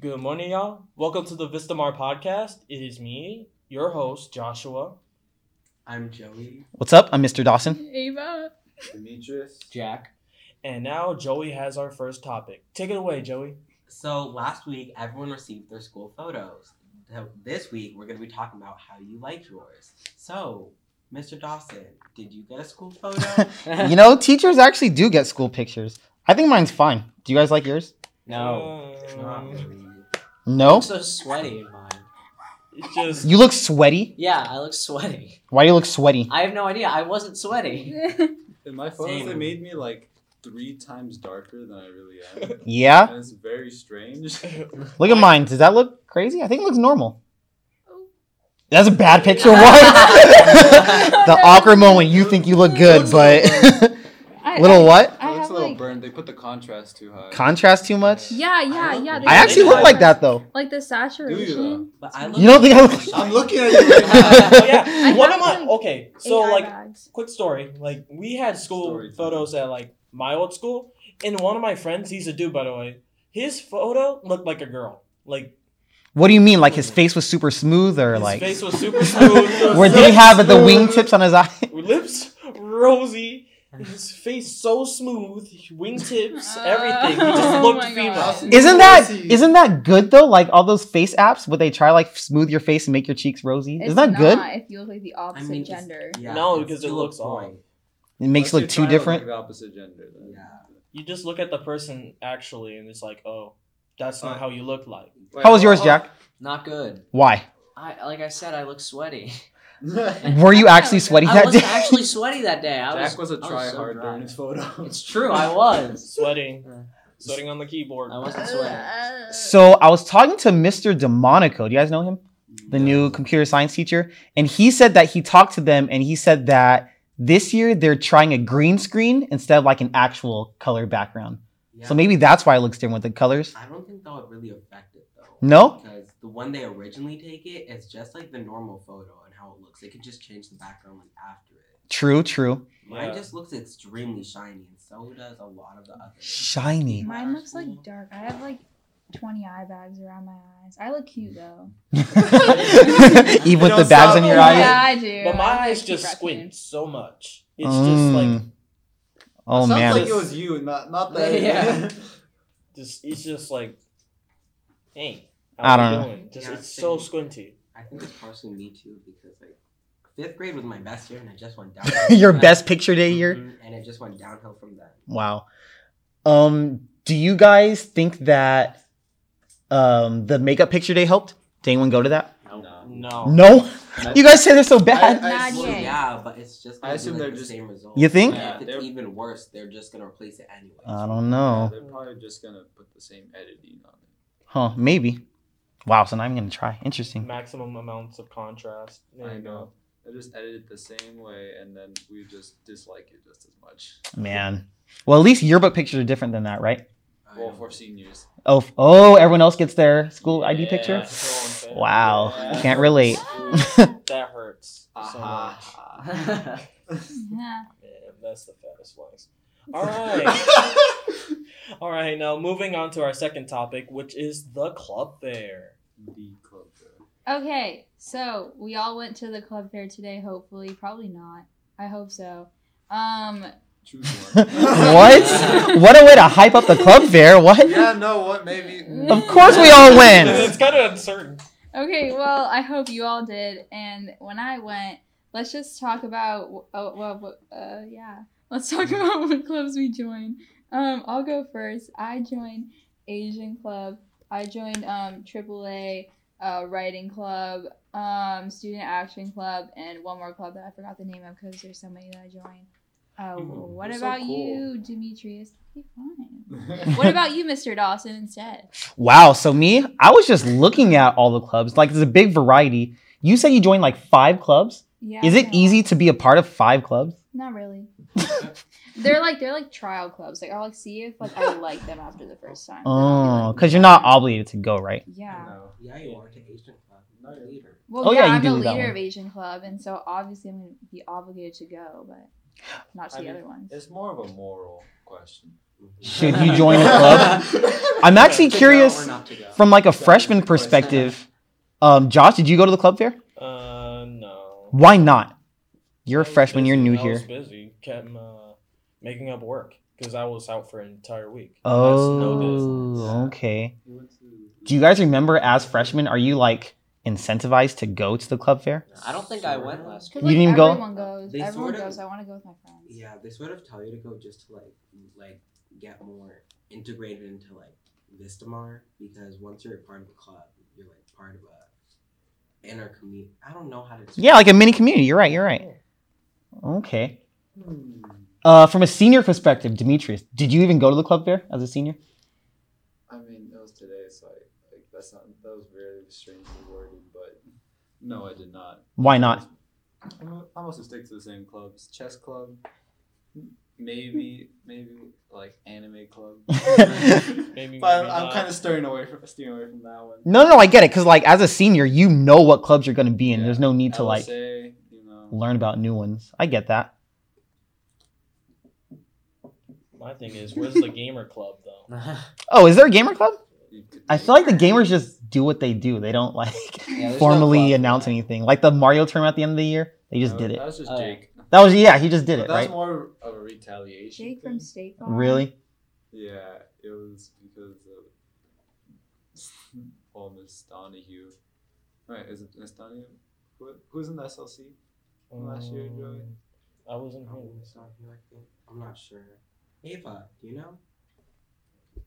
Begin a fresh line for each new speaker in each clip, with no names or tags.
Good morning, y'all. Welcome to the Vistamar podcast. It is me, your host, Joshua.
I'm Joey.
What's up? I'm Mr. Dawson.
Ava.
Demetrius.
Jack.
And now Joey has our first topic. Take it away, Joey.
So last week, everyone received their school photos. Now, This week, we're going to be talking about how you like yours. So, Mr. Dawson, did you get a school photo?
You know, teachers actually do get school pictures. I think mine's fine. Do you guys like yours?
Uh,
No.
Not
Um,
really.
No?
I'm so sweaty in mine.
it's just
You look sweaty.
Yeah, I look sweaty.
Why do you look sweaty?
I have no idea. I wasn't sweaty.
In my photos,
Same.
they made me like three times darker than I really am.
Yeah?
and it's very strange.
Look at mine. Does that look crazy? I think it looks normal. That's a bad picture. What? the awkward moment. You think you look good, but
I,
little what?
I, I
it looks
have
a little
like,
burned. They put the contrast too high.
Contrast too much?
yeah, yeah,
look
yeah.
pretty
they
I
do
actually look like that though.
Like the saturation.
But I
You don't think I look?
I'm looking at you.
oh, yeah.
I
One of my
have, like,
okay. So
AI
like,
bags.
quick story. Like we had school
Story time.
photos at like my old school, and one of my friends, he's a dude by the way. His photo looked like a girl. Like
What do you mean? Like his face was super smooth, or
his
like
face was super smooth.
where did he have the wingtips on his eye?
Lips rosy. His face so smooth, wingtips, everything. He just
Oh
looked
my
female.
God.
Isn't that
Rosy.
isn't that good though? Like all those face apps, would they try like smooth your face and make your cheeks rosy?
It's
isn't that
not
good?
If you look like the opposite
it's-
gender.
yeah,
No,
it's
because it
to a
looks odd.
point.
It makes you look
Unless you're
too
trying to
different.
Like the opposite gender. then.
Yeah.
You just look at the person actually, and it's like, oh, that's not
Oh.
how you look like.
Wait,
How was yours,
oh,
Jack?
Not good.
Why?
I like I said, I look sweaty.
Were you actually sweaty
I
that
wasn't
day?
actually sweaty that day. I
Jack was a
I was
tryhard
so dry.
during his photo.
It's true. I was.
Sweating,
Yeah.
sweating on the keyboard.
I wasn't sweaty.
So I was talking to Mr. Demonico. Do you guys know him? The new computer science teacher, and he said that he talked to them, and he said that this year they're trying a green screen instead of like an actual color background.
Yeah.
So maybe that's why it looks different with the colors.
I don't think that would really affect it though.
No?
Because the one they originally take it is just like the normal photo and how it looks. They could just change the background like after it.
True, true.
Mine
Yeah.
just looks extremely shiny, and so does a lot of the others.
Shiny.
Mine looks like dark. I have like 20 eye bags around my eyes. I look cute though. Oh,
Even with
You
the
don't
bags
stop
in your
them.
eyes.
Yeah, I do.
But my
I
eyes
keep
just
brushing.
squint so much. It's just like
Mm. Oh
Sounds
man.
like it was you, not not that.
Yeah.
just it's just like, hey,
I
how you
don't
doing? Just
Yeah,
it's so
same.
squinty.
I think it's partially me too because like fifth grade was my best year, and it just went down.
Your best picture day year.
and it just went downhill from then.
Mm-hmm.
Wow. Um, do you guys think that um the makeup picture day helped? Did anyone go to that?
No.
No,
No. You guys say they're so bad.
Oh. I,
Not
Well,
assume-
yet.
yeah, but it's just.
I
gonna be,
assume
like,
they're
the
just-
same result.
You think?
Yeah,
if
they're-
it's even worse, they're just gonna replace it anyway.
I don't know.
They're probably just gonna put the same editing on it.
Huh, maybe. Wow, so now I'm gonna try. Interesting.
maximum amounts of contrast. There
I
you go.
know. They just edit it the same way, and then we just dislike it just as much.
Man. Well, at least yearbook pictures are different than that, right?
I
Well,
don't
for
know.
seniors.
Oh, f- oh, everyone else gets their school ID
Yeah.
picture.
That's so unfair.
Wow,
Yeah.
can't relate. Uh-huh.
That hurts so much.
Aha.
Yeah.
Yeah, that's the fattest ones. All right. All right, now moving on to our second topic, which is the club fair.
The club.
Okay, so we all went to the club fair today, hopefully. Probably not. I hope so. Um,
Choose one.
what? What a way to hype up the club fair. What?
Yeah, no, what? Maybe.
Of course we all went.
it's kind of uncertain.
Okay, well, I hope you all did. And when I went, let's just talk about. Oh, well, what- uh, yeah. Let's
Mm-hmm.
talk about what clubs we joined. Um, I'll go first. I joined Asian Club. I joined um AAA uh, Writing Club, um, Student Action Club, and one more club that I forgot the name of because there's so many that I joined. Uh,
Mm,
what
that's so
about
cool.
you, Demetrius? Be fine. what about you, Mr. Dawson? Instead,
Wow. So me, I was just looking at all the clubs. Like there's a big variety. You said you joined like five clubs.
yeah.
Is it
no.
easy to be a part of five clubs?
Not really. they're like they're like trial clubs. Like I'll like, see if like I like them after the first time. Then I'll
Oh,
be like,
because you're not obligated to go, right?
yeah.
Yeah, you are to Asian club. No, you're leader.
Well,
Oh,
yeah,
yeah, you
I'm
do
the
that
leader
one.
of Asian Club, and so obviously I'm gonna be obligated to go, but not to
I
the
mean,
other ones.
It's more of a moral question.
Should you join a club? I'm actually
To go or
curious
not to go?
from like a freshman perspective. Um, Josh, did you go to the club fair?
Uh, no.
Why not? You're a
I was
freshman. You're
busy.
new
I was
here.
busy. Kept uh, making up work because I was out for an entire week. That's no business.
Oh, okay. Do you guys remember as freshmen? Are you like incentivized to go to the club fair?
I don't think I went last
Cause,
You
like,
didn't even go?
Everyone goes.
They
everyone
sorta-
goes. I want to go with my friends.
Yeah, they sort of tell you to go just to like like get more integrated into like Vistamar because once you're a part of a club, you're like part of a inner community. I don't know how to.
Yeah, like a mini community. You're right. You're right. Okay.
Hmm.
Uh, from a senior perspective, Demetrius, did you even go to the club fair as a senior?
I mean, it was today, so I, like that's not that was very strangely worded, but no, I did not.
Why not?
I mostly stick to the same clubs: chess club, maybe maybe like anime club.
Maybe,
but
maybe
I'm
not.
kind of steering away from steering away from that one.
No, no, I get it. Cause like as a senior, you know what clubs you're gonna be in.
Yeah.
There's no need to like
LSA, you know.
learn about new ones. I get that.
My thing is, where's the gamer club though?
yeah,
Oh, is there a gamer club?
you could
I
do-
feel like the gamers just do what they do. They don't like
there's no
formally
club.
announce anything. Like the Mario tournament at the end of the year, they just
No,
did it.
That was just
Oh, yeah.
Jake.
That was yeah, he just did
But
it,
that was
right?
more of a retaliation.
Jake
thing.
from State Farm.
Really?
Yeah, it was because of Paul Miss Donahue. Right, is it Miss Donahue? Who, who's in the SLC? Last year, Joey.
Um, I wasn't
Oh,
here.
it's not you, I think. I'm not sure. Ava, do you know?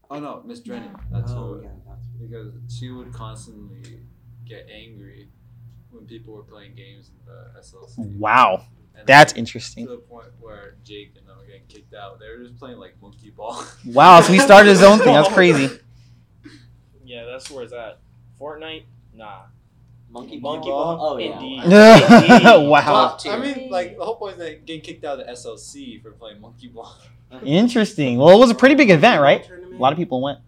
Oh no, Miss Drennan. That's
oh,
who.
yeah, that's
Because she would constantly get angry when people were playing games in the SLC.
Wow,
And
that's
then
interesting.
To the point where Jake and them were getting kicked out. They were just playing like monkey ball.
Wow, so he started his own thing. That's crazy.
Yeah, that's where it's at. Fortnite, nah.
monkey,
Monkey
ball.
ball?
Oh yeah.
Indeed.
wow,
Top
I
tier.
mean, like the whole point is they getting kicked out of the SLC for playing monkey ball.
interesting. Well, it was a pretty big event, right? A lot of people went.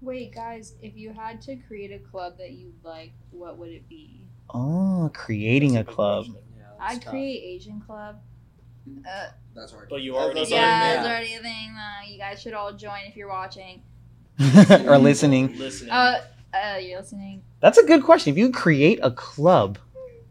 Wait, guys, if you had to create a club that you like, what would it be?
Oh, creating a
That's big
club.
question.
I'd create Asian Club. Uh,
That's hard.
But you already
That's
yeah,
already-
it's already a thing. Uh, you guys should all join if you're watching.
or listening.
Listening.
Uh, uh, you're listening.
That's a good question. If you could create a club,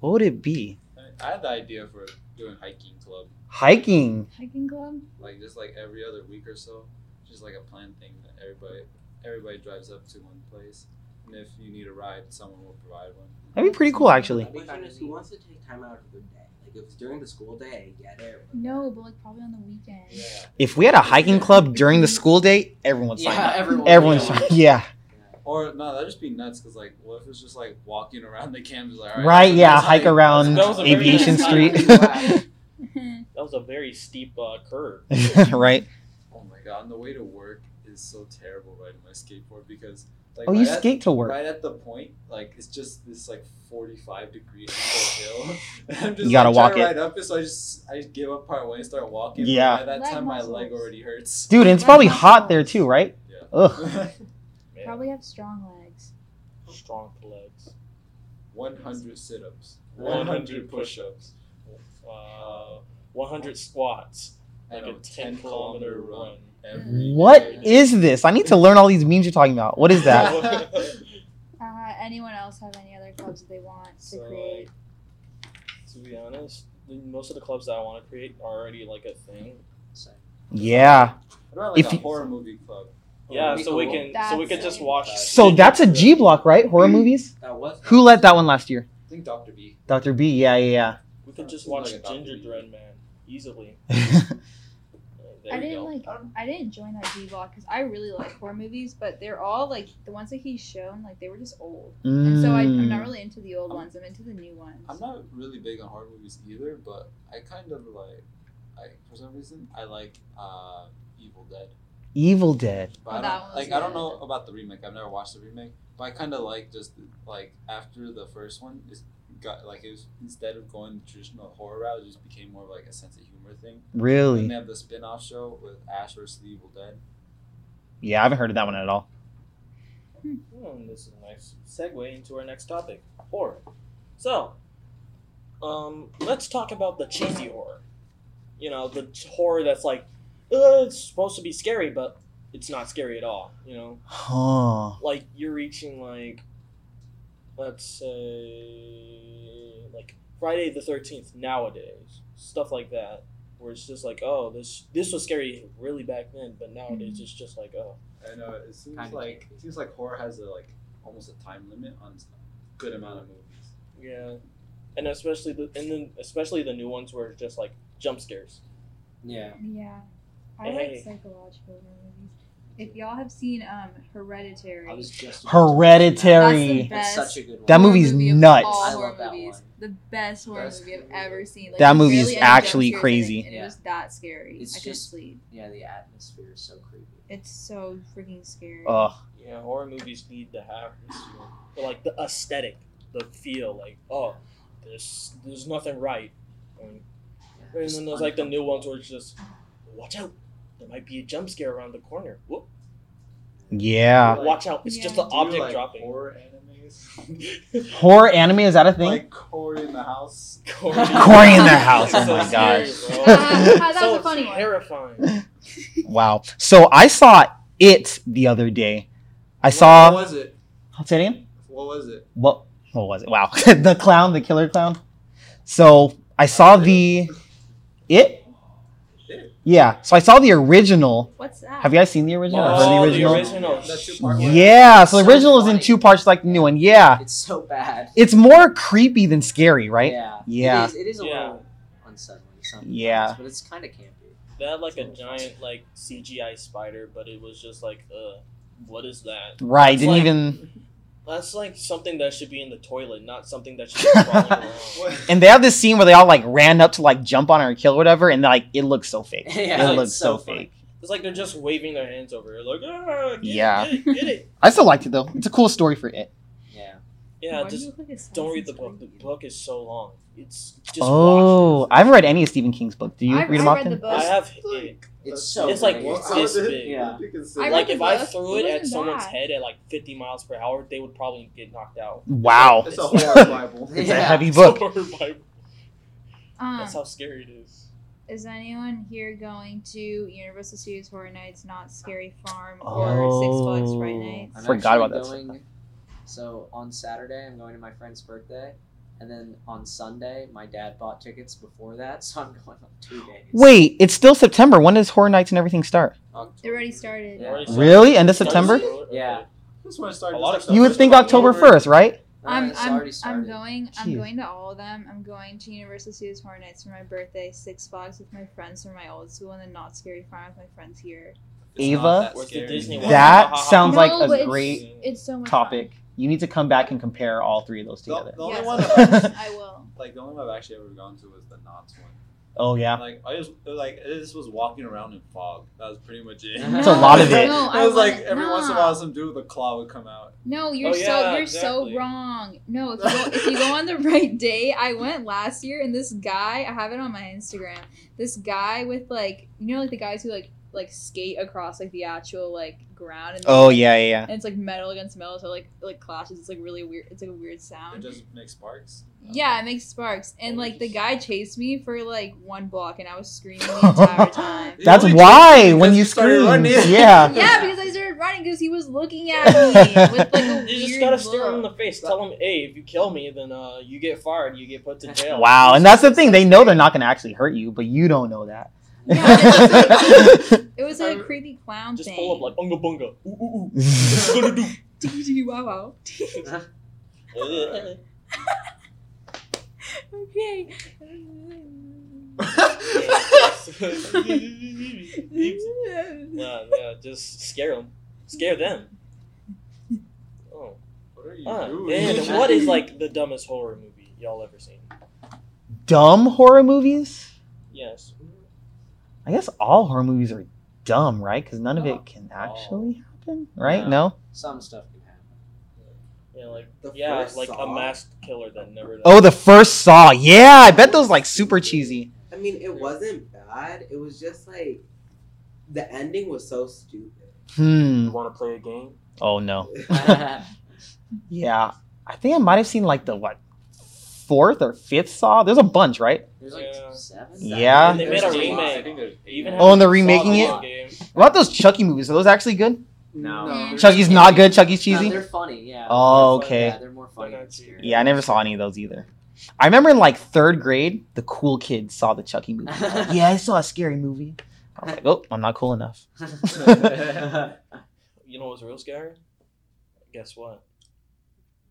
what would it be?
I had the idea for doing hiking club.
Hiking.
Hiking Club?
like just like every other week or so, just like a planned thing that everybody everybody drives up to one place, and if you need a ride, someone will provide one.
That'd be pretty cool, actually.
The question is, who wants to take time out of their day? Like, if it's during the school day, get it. but-
No, but like probably on the weekend.
Yeah.
If we had a hiking club during the school day, everyone would sign
Yeah,
up.
everyone.
Everyone
yeah.
signed. Yeah.
Or no, that'd just be nuts because like, what if it's just like walking around the campus? Like, all
Right,
right, let's
yeah,
just
hike around
That was a very
Aviation
nice
Street.
That was a very steep uh, curve.
right.
Oh my god, and the way to work is so terrible riding my skateboard because like
Oh,
right
you
at-
skate to work.
Right at the point, like it's just this like forty-five degree angle hill. And I'm just
You gotta
like,
walk
trying
it.
to Ride up, it, so I just I just give up part way and start walking. but
Yeah.
By that
Leg
time, my
muscles.
leg already hurts.
Dude, and it's probably hot there too, right?
Yeah.
Ugh.
Man,
Probably have strong legs.
strong legs.
100 sit ups,
100
100 push ups,
Uh, 100 squats, like a 10 kilometer run.
every
What
day.
is this? I need to learn all these memes you're talking about. What is that?
Uh, anyone else have any other clubs that they want to
So, like,
create?
uh, to be honest, the- most of the clubs that I want to create are already like a thing.
Yeah.
What about, like
If
a
you-
horror movie club?
Yeah,
That'd be
so we
cool.
can so we
That's
can just
nice.
watch.
So that's a G block, right? Horror movies?
That was.
Who led that one last year?
I think Dr. B.
Dr. B. Yeah, yeah,
We could just
Seems like
watch
a Dr.
Ginger
B.
Dread Man easily.
yeah.
Uh, There
I
you
didn't
go.
like. I didn't join that D block because I really like horror movies, but they're all like the ones that he's shown. Like they were just old, and so I, I'm not
Mm.
really into the old
I'm-
ones. I'm into the new ones.
I'm not really big on horror movies either, but I kind of like, I for some reason, I like uh, Evil Dead.
Evil Dead.
But
Oh, that
I don't,
one was
like I don't
good.
know about the remake. I've never watched the remake, but I kind of like just like after the first one, it's got like it was instead of going the traditional horror route, it just became more of like a sense of humor thing. And
Really?
they have the spin-off show with Ash versus the Evil Dead.
Yeah, I haven't heard of that one at all.
Hmm, this is a nice segue into our next topic, horror. So, um, let's talk about the cheesy horror. You know, the ch- horror that's like uh, it's supposed to be scary, but it's not scary at all. You know,
Huh.
like you're reaching like, let's say like Friday the Thirteenth nowadays, stuff like that, where it's just like, oh, this this was scary really back then, but nowadays
Mm-hmm.
it's just like, oh,
I know it seems
Kinda
like
creepy.
it seems like horror has a like almost a time limit on a good amount of movies.
yeah, and especially the and then especially the new ones where it's just like jump scares.
Yeah.
Yeah. I
Hey.
like psychological horror movies. If y'all have seen um Hereditary,
I was just about to mention
that's the
Hereditary.
That.
best
That's such a good one.
That
horror
movie's
movie of
nuts.
all
I
horror
love that
movies.
one.
The best horror
Best
movie I've
movie.
ever seen. Like,
That
you
movie is
barely ended up
actually
tears in it,
crazy.
And it
Yeah.
was that scary.
It's
I
just-
couldn't sleep.
yeah, the atmosphere is so creepy.
It's so freaking scary.
Ugh.
Yeah, horror movies need to have this, you know, but, like the aesthetic, the feel, like oh, there's there's nothing right. And,
Yeah,
and
just
then there's like the new
uncomfortable.
ones where it's just, watch out, there might be a jump scare around the corner. Whoop,
Yeah.
Like,
watch out, it's just
Yeah.
an
Do you
object
like
dropping.
Horror animes.
Horror anime is that a thing?
like Corey in the house.
Corey
Corey in the house, oh
So
my
scary,
gosh.
bro.
Ah, that was
So
a funny one.
terrifying.
wow. So I saw it the other day. I
What
saw.
was it?
What's it name?
What was it?
what what was it? Wow, the clown, the killer clown. So I saw the it.
It?
Yeah, so I saw the original.
What's that?
Have you guys seen the original? Or heard
Oh, the
the original?
original.
That's your part one.
Yeah, so the
So
original is in
funny.
two parts, like the new one. Yeah,
It's so bad.
it's more creepy than scary, right?
Yeah.
Yeah.
It is, it is a
Yeah.
little unsettling sometimes.
Yeah.
But it's kind of campy.
They had like a giant like CGI spider, but it was just like, uh, what is that?
Right?
It's
Didn't
like-
even.
That's like something that should be in the toilet, not something that should be crawling around.
What?
And they have this scene where they all like ran up to like jump on her or kill or whatever, and like it looks so fake.
yeah.
it
it's
looks so,
funny.
fake.
It's like they're just waving their hands over it, like, ah, get
Yeah.
it, get it, get it.
I still liked it though. It's a cool story for it.
Yeah.
Yeah,
Why do you
just
look like a
don't read the
Assassin's
book. The
Creed?
book is so long. It's just.
oh,
watch
I haven't read any of Stephen King's book. Do you
I-
read them
I
often?
read the
it. I
book.
have it.
It's so.
It's like-
big.
it's
How
this
did-
big.
Yeah.
you can say
I
Like
read
if
the
I
book.
threw
It
it at
wasn't
someone's
bad.
head at like 50 miles per hour, they would probably get knocked out.
Wow,
It's a horror Bible.
it's a
Yeah.
heavy book.
Um,
That's how scary it is.
Uh, is anyone here going to Universal Studios Horror Nights, not Scary Farm, or Six Flags Fright
Oh.
Nights?
I'm
Forgot
actually
about that
Going, so on Saturday, I'm going to my friend's birthday, and then on Sunday, my dad bought tickets before that, so I'm going on two days.
Wait, it's still September. When does Horror Nights and everything start?
It already started.
Yeah.
Already started-
Really? End of
started
September?
so early.
Yeah.
This one started
A lot of
just
stuff
You would think October 1st, right?
No,
I'm,
it's
I'm,
already started.
I'm going I'm
Jeez.
going to all of them. I'm going to Universal Studios Horror Nights for my birthday, Six Flags with my friends from my old school, and then Not Scary Farm with my friends here.
Ava?
Where's the Disney one?
That sounds
No,
like
but
a
it's-
great
It's so much
topic. You need to come back and compare all three of those
The,
together.
the only
Yes.
one, I've-
I will.
like the only one I've actually ever gone to was the Knots one.
Oh yeah.
Like I just like I just was walking around in fog. That was pretty much it.
That's a
lot of it.
No, I
it was like
want-
every once in a
nah.
while, some dude with a claw would come out.
No, you're
Oh,
so
yeah,
you're
exactly.
so wrong. No, if you, go, if you go on the right day, I went last year, and this guy, I have it on my Instagram. This guy with like, you know, like the guys who like like skate across like the actual like ground, and,
Oh yeah, yeah. yeah.
and it's like metal against metal, so like it, like clashes. It's like really weird. It's like a weird
It
sound.
just makes sparks.
Yeah, it makes sparks, and
Oh,
like the
jeez.
guy chased me for like one block, and I was screaming the entire time.
You
That's
only
why
chose it
when
because
you
started
scream.
running.
Yeah.
Yeah, because I started running because he was looking at me with like a
You just
weird
gotta stare him in
look.
the face. Tell him, hey, if you kill me, then uh, you get fired. You get put to jail.
Wow, and that's the thing. They know they're not going to actually hurt you, but you don't know that.
Yeah, it's It was like
I-
a creepy clown
Just
thing.
pull up like unga bunga. Ooh, ooh, ooh.
Doo-doo-doo, wow wow.
Ugh.
Okay.
yeah, yeah, just scare them. Scare them. Oh.
What are you
Ah,
doing?
and what is like the dumbest horror movie y'all ever seen?
Dumb horror movies?
Yes.
I guess all horror movies are dumb, right? Cuz none of it can actually happen, right?
Yeah.
No.
Some stuff can happen.
Yeah, like
The
yeah,
first
like a
Saw?
masked killer that never dies.
Oh, the first Saw. Yeah, I bet those like super cheesy.
I mean, it wasn't bad. It was just like the ending was so stupid.
Hmm.
You want to play a game?
Oh no.
yeah.
Yeah, I think I might have seen like the what fourth or fifth Saw. There's a bunch, right?
There's like
Yeah.
seven.
Yeah.
They made
There's
a
lot.
remake.
I think there's eight
Even
now.
Oh, and they're
Saw the
remaking
video
it?
game.
What about those Chucky movies? Are those actually good?
No.
No.
Chucky's not good. Chucky's
No,
cheesy.
they're funny. Yeah.
Oh,
They're funny,
okay.
Yeah, they're more funny.
They're
than
not
scary.
cheesy.
Yeah, I never saw any of those either. I remember in like third grade, the cool kids saw the Chucky movie. Like, yeah, I saw a scary movie. I was like, oh, I'm not cool enough.
You know what's real scary? Guess what?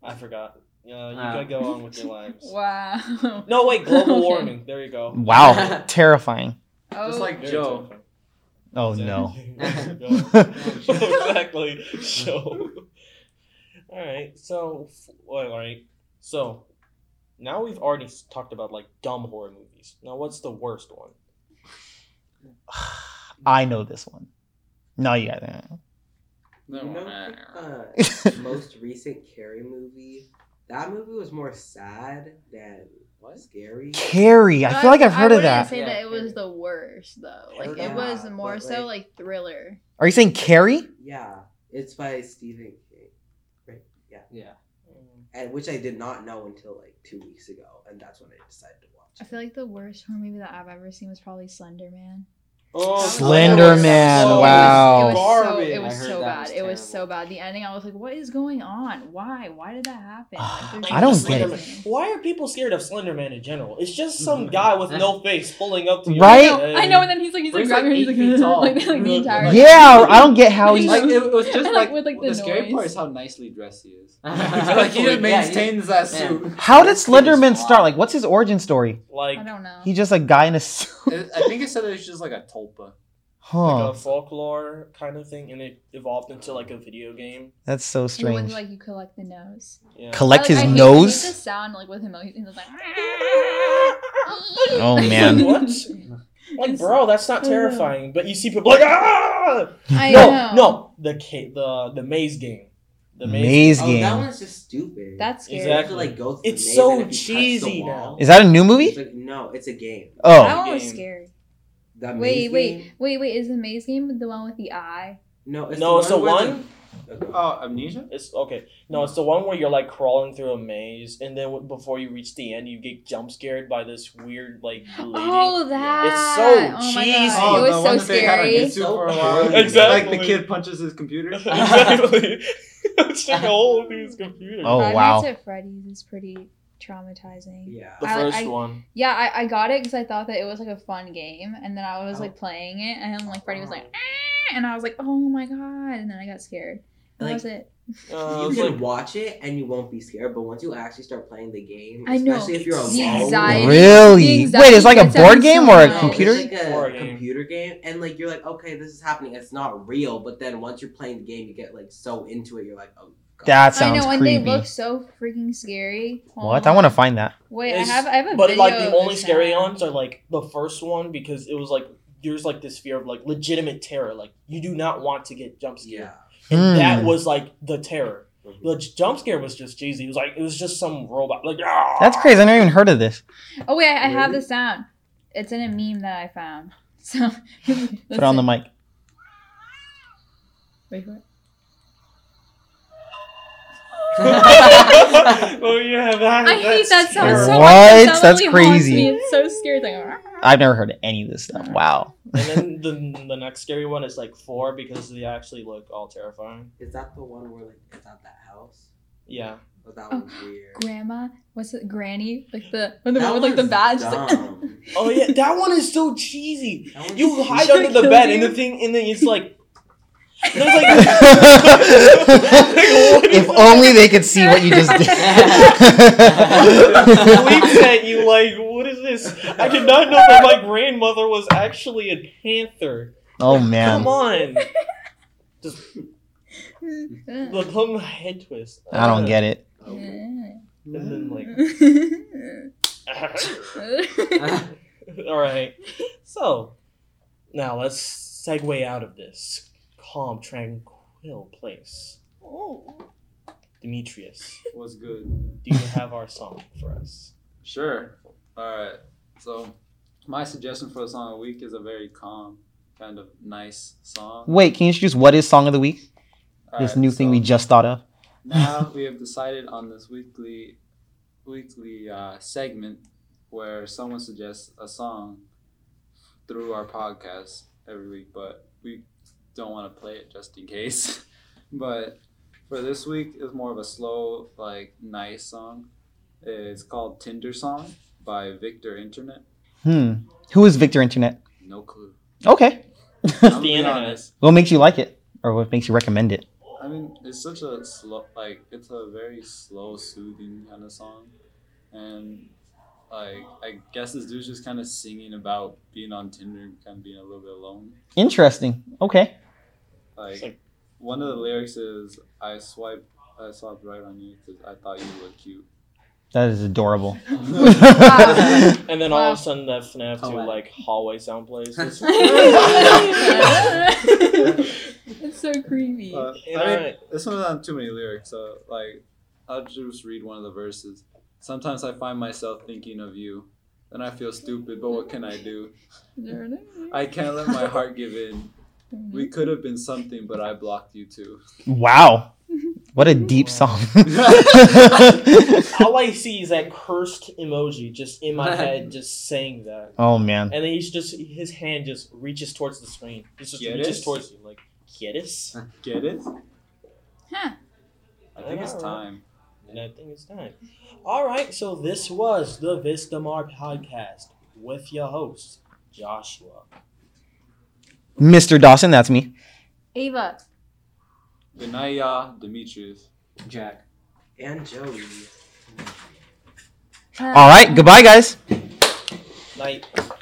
I forgot. Uh, You know, you
Ah.
gotta go on with your lives.
Wow.
No, wait, global
Okay.
warming. There you go.
Wow, terrifying.
Oh,
like-
Very
Joe.
terrifying.
Oh no.
Joe. exactly. So, all right. So, f- well, all right. So, now we've already s- talked about like dumb horror movies. Now, what's the worst one?
I know this one. No, you guys don't.
No.
You know, uh, most recent Carrie movie. That movie was more sad than
What?
scary.
Carrie. I feel like I've heard of
wouldn't
that.
say that
Yeah.
it was the worst though. Like
Yeah,
it was more
but,
so
like-
like thriller.
Are you saying Carrie?
Yeah, it's by Stephen King, right? Yeah,
yeah.
and which I did not know until like two weeks ago, and that's when I decided to
I
watch.
feel like the worst horror movie that I've ever seen was probably Slender Man.
Oh,
Slender Man,
Oh,
wow.
It was, so,
garbage.
it was
I heard
so
that
bad.
was
it was so
terrible.
bad. The ending, I was like, what is going on? Why? Why did that happen?
Ah,
Like, there's
I don't
just
get it.
reason.
Why are people scared of Slender Man in general? It's just some guy with no face pulling up to you.
Right?
and saying,
I know, and then he's like, he's like,
He's
grabbing her,
like
he's
eight feet tall.
like, like, like the entire.
Yeah, I don't get how he's.
like it, was just
And,
like,
like, with, like,
the,
the
scary
noise.
part is how nicely dressed he is.
Like, he just maintains
that
suit.
How did Slenderman start? Like, what's his origin story?
Like,
I don't know.
He just a guy in a suit.
I think it said it was just like a tulpa.
like
Huh.
a folklore kind of thing, and it evolved into like a video game.
That's so
And the ones
strange.
like you collect the nose.
Yeah.
Collect
I, like,
his
I hate- I hate the
nose.
sound like with him. He's he's like.
Oh, man.
what? Like, bro, that's not terrifying. But you see people like, ah!
Mm-hmm. I
no,
know.
no, the ca- the the maze game, the maze.
Maze
Oh, that
game.
one's just stupid.
That's scary.
You have
Exactly.
to like go. Through the
It's
maze,
so
and if you touch the
cheesy
wall-
now.
Is that a new
It's
movie?
like, no, it's a game.
That
Oh,
one was
Game.
scary.
That
Wait,
maze
wait,
game-
wait, wait. Is the maze game the one with the eye?
No, it's
No, it's the
where
one.
the- Uh,
Uh,
Okay.
Oh, amnesia.
It's okay. No, it's the one where you're like crawling through a maze, and then w- before you reach the end, you get jump scared by this weird like lady.
Oh, that.
It's so
oh my
cheesy.
God.
Oh,
it was so scary.
YouTube for a
while. Exactly. Oh,
Like the kid punches his computer.
exactly. it's
Uh-huh.
like a hole through his computer.
Oh,
Five
wow.
Nights at Freddy's is pretty traumatizing.
Yeah.
The
I-
first
I-
one.
Yeah, I, I got it because I thought that it was like a fun game, and then I was
Oh.
like playing it, and then like Freddy was like,
Oh.
"Ah," and I was like, oh my god, and then I got scared. That
Like,
was it.
Uh,
you
it's
can
like,
watch it and you won't be scared, but once you actually start playing the game,
I know.
especially if you're
oh,
The
alone,
anxiety.
Really?
The
Wait, it's like a
anxiety
board
gets
game
every
or a
time.
No,
computer?
it's like a
Or a game.
computer game, and like you're like, okay, this is happening. It's not real, but then once you're playing the game, you get like so into it, you're like, oh god.
that
I
sounds
know, and they
creepy.
look so freaking scary. Hold
What? I
on.
want to find that.
Wait, I
It's-
have I have a
but
video
like the
of
only
this
scary
now.
ones are like the first one because it was like there's like this fear of like legitimate terror. Like you do not want to get jump scared.
yeah,
Hmm.
That was like the terror.
Mm-hmm.
The j- jump scare was just cheesy. It was like it was just some robot. Like "Ah!"
That's crazy. I never even heard of this.
Oh wait, I, I have
Really?
the sound. It's in a meme that I found. So put
Put it on the mic.
Wait for it.
oh yeah, that.
I hate that
that's
sound
terrible.
so
What?
much. That
That's
literally haunts
crazy.
Me. It's so scary. It's like,
I've never heard of any of this stuff. Wow.
And then the, the next scary one is like four because they actually look all terrifying.
is that the one where like it's at that house?
Yeah.
But that
Oh,
one's weird.
grandma. What's it? Granny. Like the when the
That
one with like the
one's
bat. She's like,
dumb.
Oh yeah, that one is so cheesy.
That one's
You hide
Sure
under the
kills
bed
you.
and the thing, and then it's like. There's like.
if only they could see what you just did.
Leaps at you like, what is this? I did not know that my grandmother was actually a panther.
oh
Come
man.
on.
"Ugh."
The tongue head twist. Uh,
I don't get it.
Oh,
And then like. All right. So now let's segue out of this calm, tranquil place. Demetrius,
Was good.
do you have our song for us?
Sure. All right. So, my suggestion for the song of the week is a very calm, kind of nice song.
Wait, can you introduce what is song of the week?
All
This
right,
new thing we
so
just thought of.
now we have decided on this weekly weekly uh, segment where someone suggests a song through our podcast every week, but we don't want to play it just in case. but for this week, it's more of a slow, like nice song. It's called Tinder Song by Victor Internet.
Hmm. Who is Victor Internet?
No clue.
Okay.
It's the
I'm gonna be
internet.
honest.
what makes you like it, or what makes you recommend it?
I mean, it's such a slow, like it's a very slow, soothing kind of song, and like I guess this dude's just kind of singing about being on Tinder, and kind of being a little bit alone.
Interesting.
It's
Okay.
Like,
like-
one of the lyrics is, "I swipe, I swiped right on you because I thought you looked cute."
That is adorable.
Wow.
And then all
Wow.
of a sudden, that FNAF
Oh,
to
wow.
like hallway sound plays. It's,
it's so creepy.
Uh,
You
I mean,
know,
this one's not too many lyrics, so like I'll just read one of the verses. Sometimes I find myself thinking of you, then I feel stupid, but what can I do? I can't let my heart give in. We could have been something, but I blocked you too.
Wow. What a deep song.
all I see is that cursed emoji just in my head, just saying that.
oh man.
And then he's just his hand just reaches towards the screen. He just
Get
reaches
it?
towards you like Kietis?
Get it?
Huh.
I think it's
Alright.
time.
And I think it's time. All right, so this was the Vistamar podcast with your host Joshua.
Mr. Dawson, that's me.
Ava.
Good night, y'all. Demetrius.
Jack.
And Joey.
Um,
All right. Goodbye, guys.
Night.